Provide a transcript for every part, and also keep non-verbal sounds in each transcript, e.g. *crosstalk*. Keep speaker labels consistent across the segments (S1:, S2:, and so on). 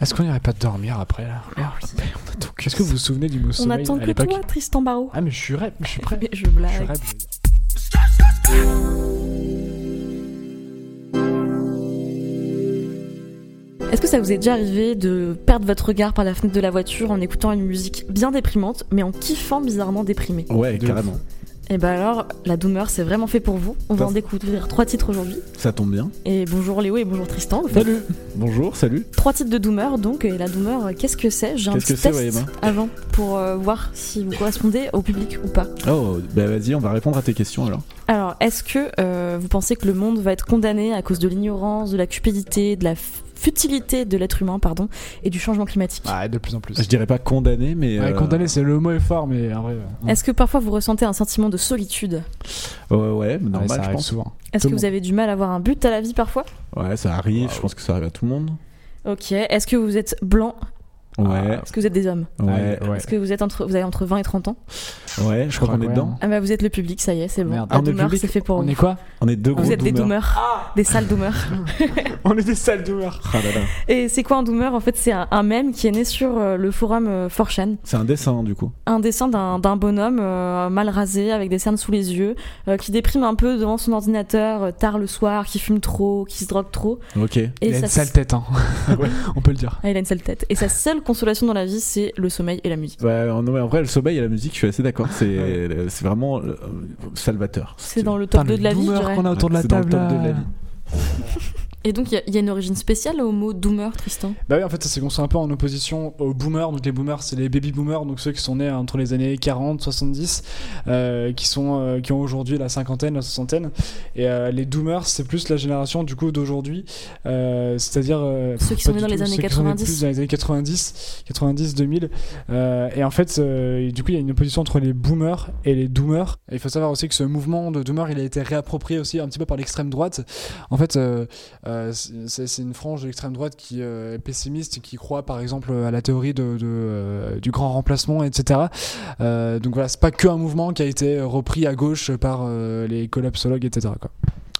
S1: Est-ce qu'on n'irait pas dormir après là
S2: Ah,
S1: Merde, on attend que- Qu'est-ce que vous vous souvenez du mot
S2: On
S1: sommeil
S2: attend
S1: à
S2: que
S1: l'époque
S2: toi, Eh Tristan Barraud.
S1: Ah mais je suis rêve, je suis prêt.
S2: Mais je
S1: Je suis
S2: blague.
S1: rêve.
S2: Est-ce que ça vous est déjà arrivé de perdre votre regard par la fenêtre de la voiture en écoutant une musique bien déprimante, mais en kiffant bizarrement déprimé
S3: Ouais,
S1: De
S3: carrément.
S2: Et bah alors, la douleur, c'est vraiment fait pour vous. On va
S3: Ça-
S2: en découvrir trois titres aujourd'hui.
S3: Ça tombe bien.
S2: Et bonjour Léo et bonjour Tristan. Vous faites
S3: Salut Bonjour, salut
S2: Trois titres de Doomer, donc, et la Doomer, euh, qu'est-ce que c'est J'ai un
S3: Qu'est-ce que
S2: petit
S3: c'est,
S2: test
S3: Waïma
S2: avant pour euh, voir si vous correspondez au public ou pas.
S3: Oh, bah vas-y, on va répondre à tes questions alors.
S2: Alors, est-ce que euh, vous pensez que le monde va être condamné à cause de l'ignorance, de la cupidité, de la f- futilité de l'être humain, pardon, et du changement climatique
S1: Ah, de plus en plus.
S3: Je dirais pas condamné, mais.
S1: Ouais,
S3: euh,
S1: condamné, c'est le mot est fort, mais en vrai, euh, ouais,
S2: Est-ce que parfois vous ressentez un sentiment de solitude
S3: Ouais, ouais, mais normal,
S1: ça
S3: je
S1: arrive
S3: pense.
S1: souvent.
S2: Est-ce
S1: Tout
S2: que
S1: le
S2: vous avez du mal à avoir un but à la vie parfois
S3: Ouais, ça arrive, je pense que ça arrive à tout le monde.
S2: Ok. Est-ce que vous êtes blanc
S3: Ouais,
S2: Est-ce que vous êtes des hommes
S3: Ah, ouais,
S1: Ah, ouais.
S2: Est-ce que vous êtes entre vous avez entre 20 et 30 ans
S3: ouais, je crois qu'on
S1: que
S3: est
S1: ouais,
S3: dedans.
S1: hein.
S2: Ah bah vous êtes le public, ça y est, c'est bon.
S1: Merde.
S2: La
S3: Ah, on est le
S2: douleur,
S3: public
S2: c'est fait pour
S1: On
S2: vous.
S1: est quoi
S3: On est deux gros Ah.
S2: Vous êtes des
S3: doomers.
S2: doomers, des sales doomers.
S1: On est des sales douleurs.
S3: Ah là là.
S2: Et c'est quoi un doomer En fait, c'est un, un mème qui est né sur euh, le forum euh, 4chan.
S3: C'est un dessin du coup.
S2: Un dessin d'un d'un bonhomme euh, mal rasé, avec des cernes sous les yeux, euh, qui déprime un peu devant son ordinateur euh, tard le soir, qui fume trop, qui se drogue trop.
S3: Ok.
S2: Et
S1: Il a
S2: sa-
S1: une sale tête, hein.
S3: *laughs* Ouais.
S1: On peut le dire.
S2: Ah, il a une sale tête.
S1: *laughs*
S2: Et sa seule consolation dans la vie, c'est le sommeil et la musique.
S3: Ouais, en, ouais, en vrai, le sommeil et la musique, je suis assez d'accord. C'est c'est vraiment euh, salvateur.
S2: C'est dans le top 2 de la euh. vie, je dirais.
S1: qu'on a autour de la
S3: C'est dans le
S1: table.
S3: top
S1: là.
S3: de la vie.
S2: Et donc, il y a- il y, a une origine spéciale au mot doomer, Tristan
S1: Bah oui, en fait, ça, c'est qu'on soit un peu en opposition aux boomers. Donc les boomers, c'est les baby boomers, donc ceux qui sont nés entre les années 40, 70, euh, qui sont, euh, qui ont aujourd'hui la cinquantaine, la soixantaine. Et euh, les doomers, c'est plus la génération du coup d'aujourd'hui, euh, c'est-à-dire euh,
S2: Ceux qui
S1: pas
S2: sont nés
S1: du
S2: dans les
S1: tout,
S2: années
S1: ceux qui sont nés
S2: 90.
S1: plus dans les années 90, 90, 2000. Euh, et en fait, euh, et du coup, il y a une opposition entre les boomers et les doomers. Et il faut savoir aussi que ce mouvement de doomers, il a été réapproprié aussi un petit peu par l'extrême droite. En fait. euh, euh, c'est c'est une frange de l'extrême droite qui euh, est pessimiste et qui croit par exemple à la théorie de, de, euh, du grand remplacement, etc. Euh, donc voilà, c'est pas que un mouvement qui a été repris à gauche par euh, les collapsologues, etc. quoi.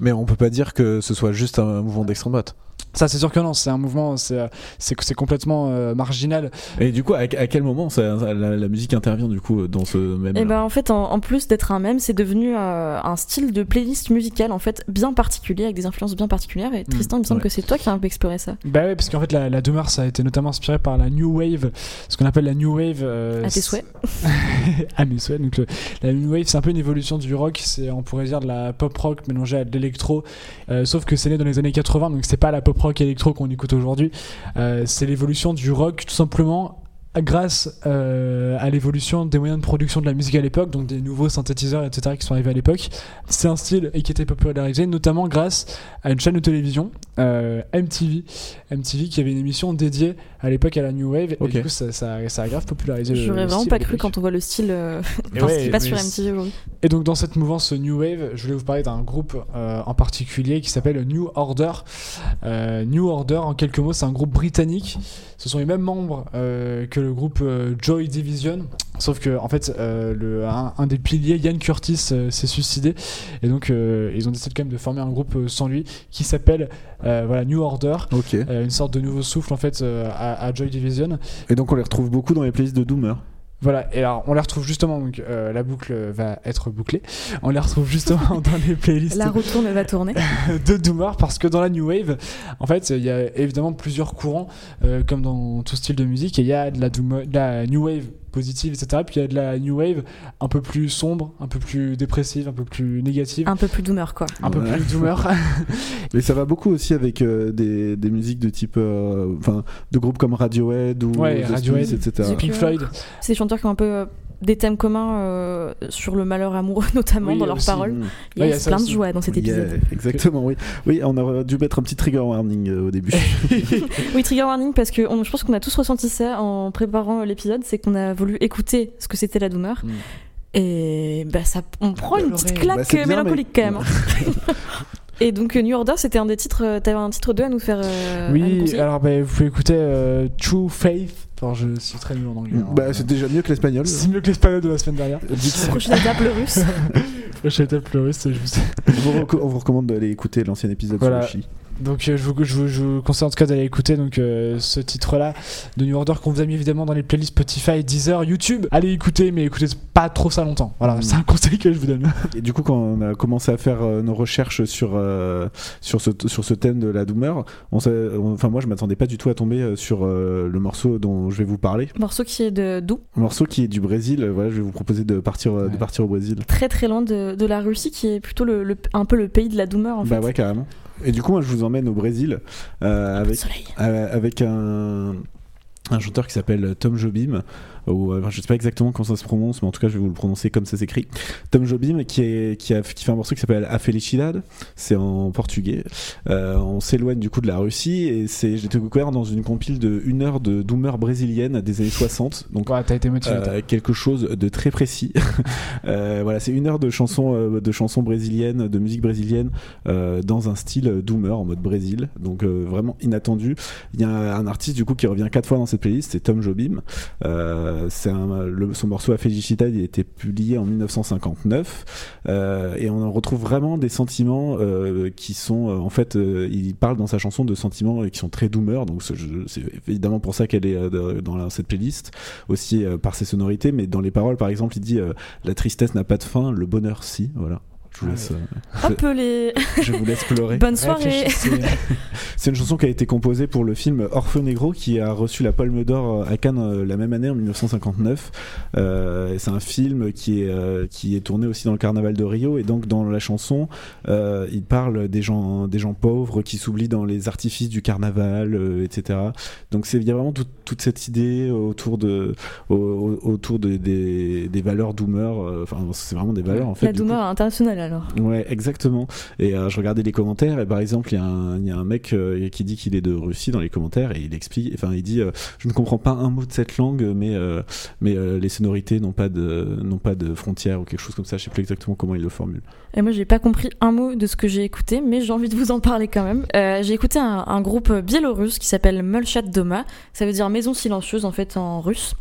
S3: Mais on peut pas dire que ce soit juste un mouvement d'extrême droite.
S1: Ça, c'est sûr que non, c'est un mouvement, c'est euh, c'est- c'est complètement euh, marginal.
S3: Et du coup, à, à quel moment ça- ça- la, la musique intervient du coup dans ce même
S2: Et ben en fait, en, en plus d'être un mème, c'est devenu euh, un style de playlist musicale en fait bien particulier avec des influences bien particulières.
S1: Hmm,
S2: Et Tristan, il me semble
S3: ouais.
S2: que c'est toi qui as un peu exploré ça.
S1: Bah ouais, parce qu'en fait, la, la demeure, ça a été notamment inspiré par la New Wave, ce qu'on appelle la New Wave. euh,
S2: à Ah, tes souhaits.
S1: *laughs* à mes souhaits. Donc le- la New Wave, c'est un peu une évolution du rock. C'est on pourrait dire de la pop rock mélangée à de l'électro, Euh, sauf que c'est né dans les années 80. Donc c'est pas la pop rock électro qu'on écoute aujourd'hui. Euh, c'est l'évolution du rock tout simplement grâce euh, à l'évolution des moyens de production de la musique à l'époque, donc des nouveaux synthétiseurs, etc., qui sont arrivés à l'époque. C'est un style et qui était popularisé notamment grâce à une chaîne de télévision, euh, MTV, MTV qui avait une émission dédiée à l'époque à la New Wave,
S3: Ok.
S1: et du coup ça, ça, ça a grave popularisé le
S2: J'aurais
S1: le
S2: vraiment
S1: style
S2: pas
S1: à
S2: cru
S1: l'époque.
S2: quand on voit le style euh,
S1: Et
S2: dans ce
S1: ouais,
S2: qui passe sur
S1: mais
S2: MTV aujourd'hui.
S1: et donc dans cette mouvance New Wave, je voulais vous parler d'un groupe euh, en particulier qui s'appelle New Order. Euh, New Order, en quelques mots, c'est un groupe britannique. Ce sont les mêmes membres euh, que le groupe euh, Joy Division, sauf que en fait, euh, le, un, un des piliers, Ian Curtis, euh, s'est suicidé, et donc euh, ils ont décidé quand même de former un groupe euh, sans lui qui s'appelle euh, voilà New Order.
S3: Ok.
S1: Euh, une sorte de nouveau souffle en fait euh, à- à Joy Division.
S3: Et donc on les retrouve beaucoup dans les playlists de Doomer.
S1: Voilà, et alors on les retrouve justement, donc euh, la boucle va être bouclée, on les retrouve justement *laughs* dans les playlists
S2: La retourne
S1: *laughs*
S2: va tourner.
S1: de Doomer parce que dans la New Wave, en fait, il y a évidemment plusieurs courants, euh, comme dans tout style de musique, et il y a de la, doom- de la New Wave positive, etc. Puis il y a de la New Wave un peu plus sombre, un peu plus dépressive, un peu plus négative,
S2: Un peu plus doomer quoi.
S1: un peu
S3: Ouais.
S1: plus Doomer.
S3: *laughs* Mais ça va beaucoup aussi avec euh, des, des musiques de type. euh, Enfin, de groupes comme Radiohead ou
S1: Ouais,
S3: The
S1: Radiohead.
S3: Smiths, etc.
S2: The
S1: Pink Floyd,
S2: C'est des chanteurs qui ont un peu euh, des thèmes communs euh, sur le malheur amoureux *laughs* notamment
S1: Oui,
S2: dans leurs
S1: aussi.
S2: paroles.
S3: Mm.
S2: Il
S1: Ouais, il
S2: y
S1: y
S2: a
S1: a ça
S2: plein de
S1: aussi.
S2: joie dans cet
S3: Yeah,
S2: épisode.
S3: exactement, oui. Oui, on aurait dû mettre un petit trigger warning euh, au
S2: *laughs*
S3: début.
S2: Oui, trigger warning parce que on- je pense qu'on a tous ressenti ça en préparant l'épisode, c'est qu'on a voulu écouter ce que c'était la douleur.
S3: Mm.
S2: Et bah ça, on prend une petite
S1: Bah,
S2: claque
S3: c'est bien,
S2: euh, mélancolique
S3: mais-
S2: quand même. hein.
S1: *laughs*
S2: Et donc euh, New Order, c'était un des titres. euh, T'avais un titre 2 à nous faire. euh, à nous
S1: oui,
S2: conseiller.
S1: alors bah, vous pouvez écouter euh, True Faith, alors je suis très nul en anglais. hein.
S3: bah, c'est déjà mieux que l'espagnol.
S1: c'est mieux que l'espagnol de la semaine dernière.
S2: *laughs*
S3: Dix-
S2: Prochaine étape,
S1: *laughs*
S2: le russe.
S1: Je suis allé taper le russe, je vous
S3: on vous reco- on vous recommande d'aller écouter l'ancien épisode
S1: Voilà.
S3: sur le Chili.
S1: Donc euh, je, vous, je, vous, je vous conseille en tout cas d'aller écouter donc, euh, ce titre-là de New Order qu'on vous a mis évidemment dans les playlists Spotify, Deezer, YouTube. Allez écouter, mais écoutez pas trop ça longtemps. Voilà,
S3: Mm.
S1: c'est un conseil que je vous
S3: *laughs*
S1: donne.
S3: Et du coup, quand on a commencé à faire euh, nos recherches sur, euh, sur, ce, sur ce thème de la douleur, on s'est- on- enfin moi je m'attendais pas du tout à tomber euh, sur euh, le morceau dont je vais vous parler.
S2: Morceau qui est de d'où
S3: Un morceau qui est du Brésil, euh, voilà, je vais vous proposer de partir, euh, de
S1: Ouais.
S3: partir au Brésil.
S2: Très très loin de, de la Russie, qui est plutôt le, le- un peu le pays de la douleur en
S3: bah
S2: fait.
S3: ouais, carrément. Et du coup, moi je vous emmène au Brésil euh,
S2: Le
S3: avec,
S2: soleil.
S3: euh, avec un, un chanteur qui s'appelle Tom Jobim, ou euh, enfin, je sais pas exactement comment ça se prononce, mais en tout cas je vais vous le prononcer comme ça s'écrit. Tom Jobim qui, est, qui, a, qui fait un morceau qui s'appelle A Felicidade, c'est en portugais. Euh, on s'éloigne du coup de la Russie et c'est j'ai découvert dans une compile de une heure de doomer brésilienne des années 60, donc
S1: Ouais, t'as été motivé.
S3: euh,
S1: toi.
S3: quelque chose de très précis. *laughs* Euh, voilà, c'est une heure de chansons, euh, de chansons brésiliennes, de musique brésilienne euh, dans un style euh, doomer en mode Brésil, donc euh, vraiment inattendu. Il y a un artiste du coup qui revient quatre fois dans cette playlist, c'est Tom Jobim. Euh, c'est un- le- son morceau A Felicitad, il a été publié en 1959 euh, et on en retrouve vraiment des sentiments euh, qui sont euh, en fait, euh, il parle dans sa chanson de sentiments euh, qui sont très doomer, donc c'est c'est évidemment pour ça qu'elle est euh, dans la- cette playlist aussi euh, par ses sonorités, mais dans les paroles, par exemple, il dit euh, la tristesse n'a pas de fin, le bonheur si. Voilà. Je
S1: Ah
S3: vous laisse,
S2: Hop les. *laughs*
S3: euh, je vous laisse pleurer.
S2: Bonne soirée.
S1: Réfléchissez.
S3: C'est une chanson qui a été composée pour le film Orphe Negro qui a reçu la Palme d'Or à Cannes euh, la même année en 1959. Euh, et c'est un film qui est, euh, qui est tourné aussi dans le carnaval de Rio et donc dans la chanson euh, il parle des gens, des gens pauvres qui s'oublient dans les artifices du carnaval, euh, etc. Donc c'est- il y a vraiment tout- toute cette idée autour, de, au- au- autour de- des, des valeurs d'humeur. euh, Enfin c'est vraiment des valeurs en fait.
S2: la
S3: du coup.
S2: douleur internationale alors.
S3: Ouais, exactement. Et euh, je regardais les commentaires, et par exemple, il y, a un- il y a un mec euh, qui dit qu'il est de Russie dans les commentaires, et il explique, enfin, il dit euh, Je ne comprends pas un mot de cette langue, mais, euh, mais euh, les sonorités n'ont pas, de, n'ont pas de frontières ou quelque chose comme ça, je sais plus exactement comment il le formule.
S2: Et moi j'ai pas compris un mot de ce que j'ai écouté, mais j'ai envie de vous en parler quand même. Euh, j'ai écouté un, un groupe biélorusse qui s'appelle Mulchat Doma, ça veut dire maison silencieuse en fait en russe.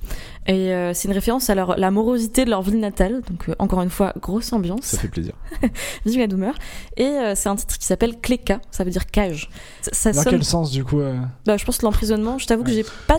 S2: Et euh, c'est une référence à leur, la morosité de leur ville natale, donc euh, encore une fois grosse ambiance.
S3: Ça fait plaisir.
S2: Vive la douleur. Et euh, c'est un titre qui s'appelle Kleka, ça veut dire cage. Ça, ça *laughs*
S1: Dans
S2: sonne-
S1: quel sens du coup euh,
S2: bah, je pense que l'emprisonnement, je t'avoue que j'ai pas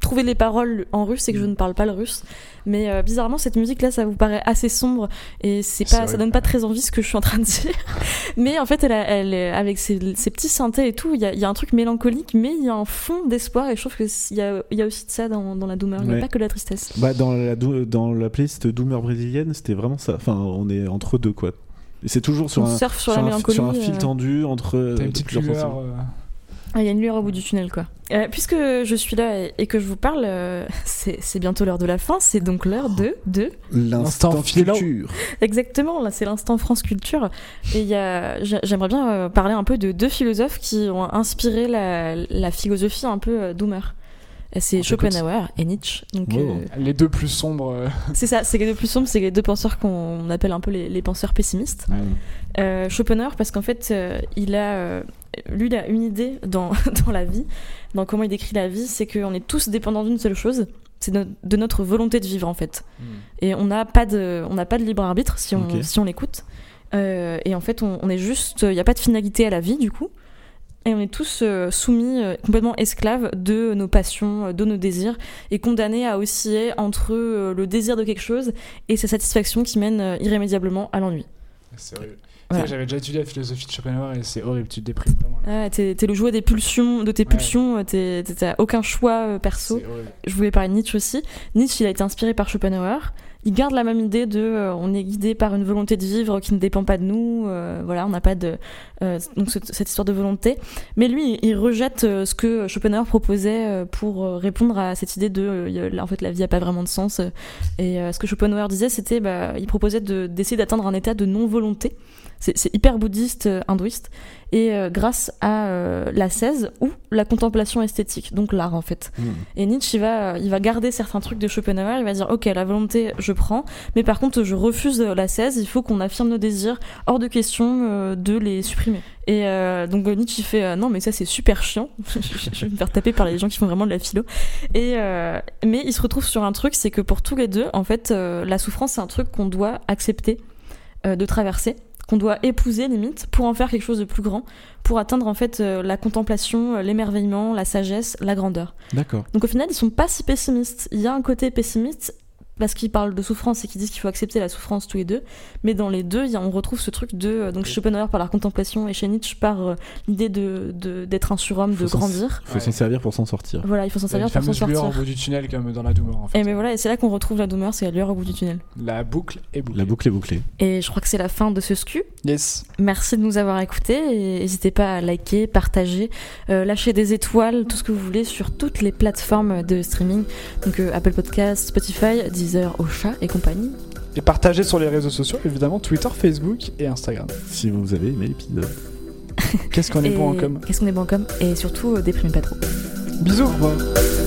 S2: trouvé les paroles en russe et
S3: Mm.
S2: que je ne parle pas le russe. Mais euh, bizarrement, cette musique-là, ça vous paraît assez sombre et c'est
S1: C'est
S2: pas, ça
S1: vrai.
S2: donne pas très envie ce que je suis en train de dire. *laughs* mais en fait, elle, a- elle est- avec ses, ses petits synthés et tout, il y a, il y a un truc mélancolique, mais il y a un fond d'espoir et je trouve qu'il y a, il y a aussi de ça dans, dans la douleur, il n'y
S3: Ouais.
S2: a pas que de la tristesse.
S3: *laughs* Bah, dans, la, dou- dans la playlist Doomer brésilienne, c'était vraiment ça. Enfin, on est entre deux, quoi. Et c'est toujours sur
S2: On
S3: un.
S2: surfe sur,
S3: Sur
S2: la
S3: un,
S2: mélancolie.
S3: sur un
S2: euh.
S3: fil tendu entre euh,
S1: T'as une petite
S3: plusieurs
S1: lueur.
S3: sentiments.
S1: euh,
S2: Ah, Il y a une lueur au bout du tunnel, quoi. Euh, puisque je suis là et, et que je vous parle, euh, c'est c'est bientôt l'heure de la fin. C'est donc l'heure de, de.
S1: L'instant
S3: L'instant
S1: philo.
S3: culture.
S2: Exactement, là, c'est l'instant France Culture. Et il y a- j'a- j'aimerais bien euh, parler un peu de deux philosophes qui ont inspiré la, la philosophie un peu euh, d'Hoomer. Et C'est
S3: On t'écoute.
S2: Schopenhauer et Nietzsche. Donc,
S3: Wow.
S2: euh,
S1: Les deux plus sombres. euh,
S2: c'est ça, c'est les deux plus sombres, c'est les deux penseurs qu'on appelle un peu les- les penseurs pessimistes. Euh, Schopenhauer parce qu'en fait, euh, il a, euh, lui, il a une idée dans, *laughs* dans la vie, dans comment il décrit la vie, c'est qu'on est tous dépendants d'une seule chose, c'est no- de notre volonté de vivre en fait. Et on n'a pas de, on n'a pas de libre arbitre si on,
S3: Ok.
S2: si on l'écoute. Euh, et en fait, on, on est juste, il n'y a pas de finalité à la vie du coup. Et on est tous euh, soumis, euh, complètement esclaves de nos passions, euh, de nos désirs, et condamnés à osciller entre euh, le désir de quelque chose et sa satisfaction qui mène euh, irrémédiablement à l'ennui.
S1: C'est horrible. Tu sais,
S2: Voilà.
S1: J'avais déjà étudié la philosophie de Schopenhauer et c'est horrible, tu te déprimes vraiment. là.
S2: Ah, t'es t'es le jouet des pulsions, de tes
S1: Ouais.
S2: pulsions, euh, t'es- t'es- t'as aucun choix euh, perso.
S1: C'est horrible.
S2: Je voulais parler de Nietzsche aussi. Nietzsche, il a été inspiré par Schopenhauer. Il garde la même idée de euh, on est guidé par une volonté de vivre qui ne dépend pas de nous. euh, voilà, on n'a pas de. euh, donc ce- cette histoire de volonté. Mais lui, il rejette euh, ce que Schopenhauer proposait euh, pour euh, répondre à cette idée de. euh, y a- là, en fait, la vie n'a pas vraiment de sens. euh, et euh, ce que Schopenhauer disait, c'était. Bah, il proposait de- d'essayer d'atteindre un état de non-volonté. C'est c'est hyper bouddhiste, euh, hindouiste. Et euh, grâce à euh, la 16 ou la contemplation esthétique, donc l'art en fait.
S3: Mm.
S2: Et Nietzsche, il va, il va garder certains trucs de Schopenhauer, il va dire, ok, la volonté, je prends, mais par contre, je refuse la 16, il faut qu'on affirme nos désirs, hors de question euh, de les supprimer. Et euh, donc euh, Nietzsche, il fait, euh, non, mais ça, c'est super chiant, *laughs* je vais me faire taper par les gens qui font vraiment de la philo. Et, euh, mais il se retrouve sur un truc, c'est que pour tous les deux, en fait, euh, la souffrance, c'est un truc qu'on doit accepter euh, de traverser qu'on doit épouser limite pour en faire quelque chose de plus grand, pour atteindre en fait euh, la contemplation, euh, l'émerveillement, la sagesse, la grandeur.
S3: D'accord.
S2: Donc au final, ils sont pas si pessimistes. Il y a un côté pessimiste parce qu'ils parlent de souffrance et qu'ils disent qu'il faut accepter la souffrance tous les deux, mais dans les deux, il y a- on retrouve ce truc de euh, donc Schopenhauer par la contemplation et chez Nietzsche par euh, l'idée de de- d'être un surhomme, de
S3: Faut s'en-
S2: grandir.
S3: Faut
S1: Ouais.
S3: s'en servir pour s'en sortir.
S2: Voilà, il faut s'en
S1: La
S2: servir pour s'en
S1: fameuse lueur au
S2: sortir.
S1: bout du tunnel, comme dans la douleur en fait.
S2: Et mais voilà, et c'est là qu'on retrouve la douleur, c'est la lueur au bout du tunnel.
S1: La boucle est bouclée.
S3: La boucle est bouclée.
S2: Et je crois que c'est la fin de ce SCU.
S1: Yes.
S2: Merci de nous avoir écoutés. et N'hésitez pas à liker, partager, euh, lâcher des étoiles, tout ce que vous voulez sur toutes les plateformes de streaming. Donc euh, Apple Podcast, Spotify, Deezer, Ocha et compagnie.
S1: Et partagez sur les réseaux sociaux, évidemment, Twitter, Facebook et Instagram.
S3: Si vous avez aimé l'épisode.
S1: Qu'est-ce qu'on est
S2: Et
S1: bon en com
S2: Qu'est-ce qu'on est bon en com Et surtout, euh, déprimez pas trop.
S1: Bisous. au revoir.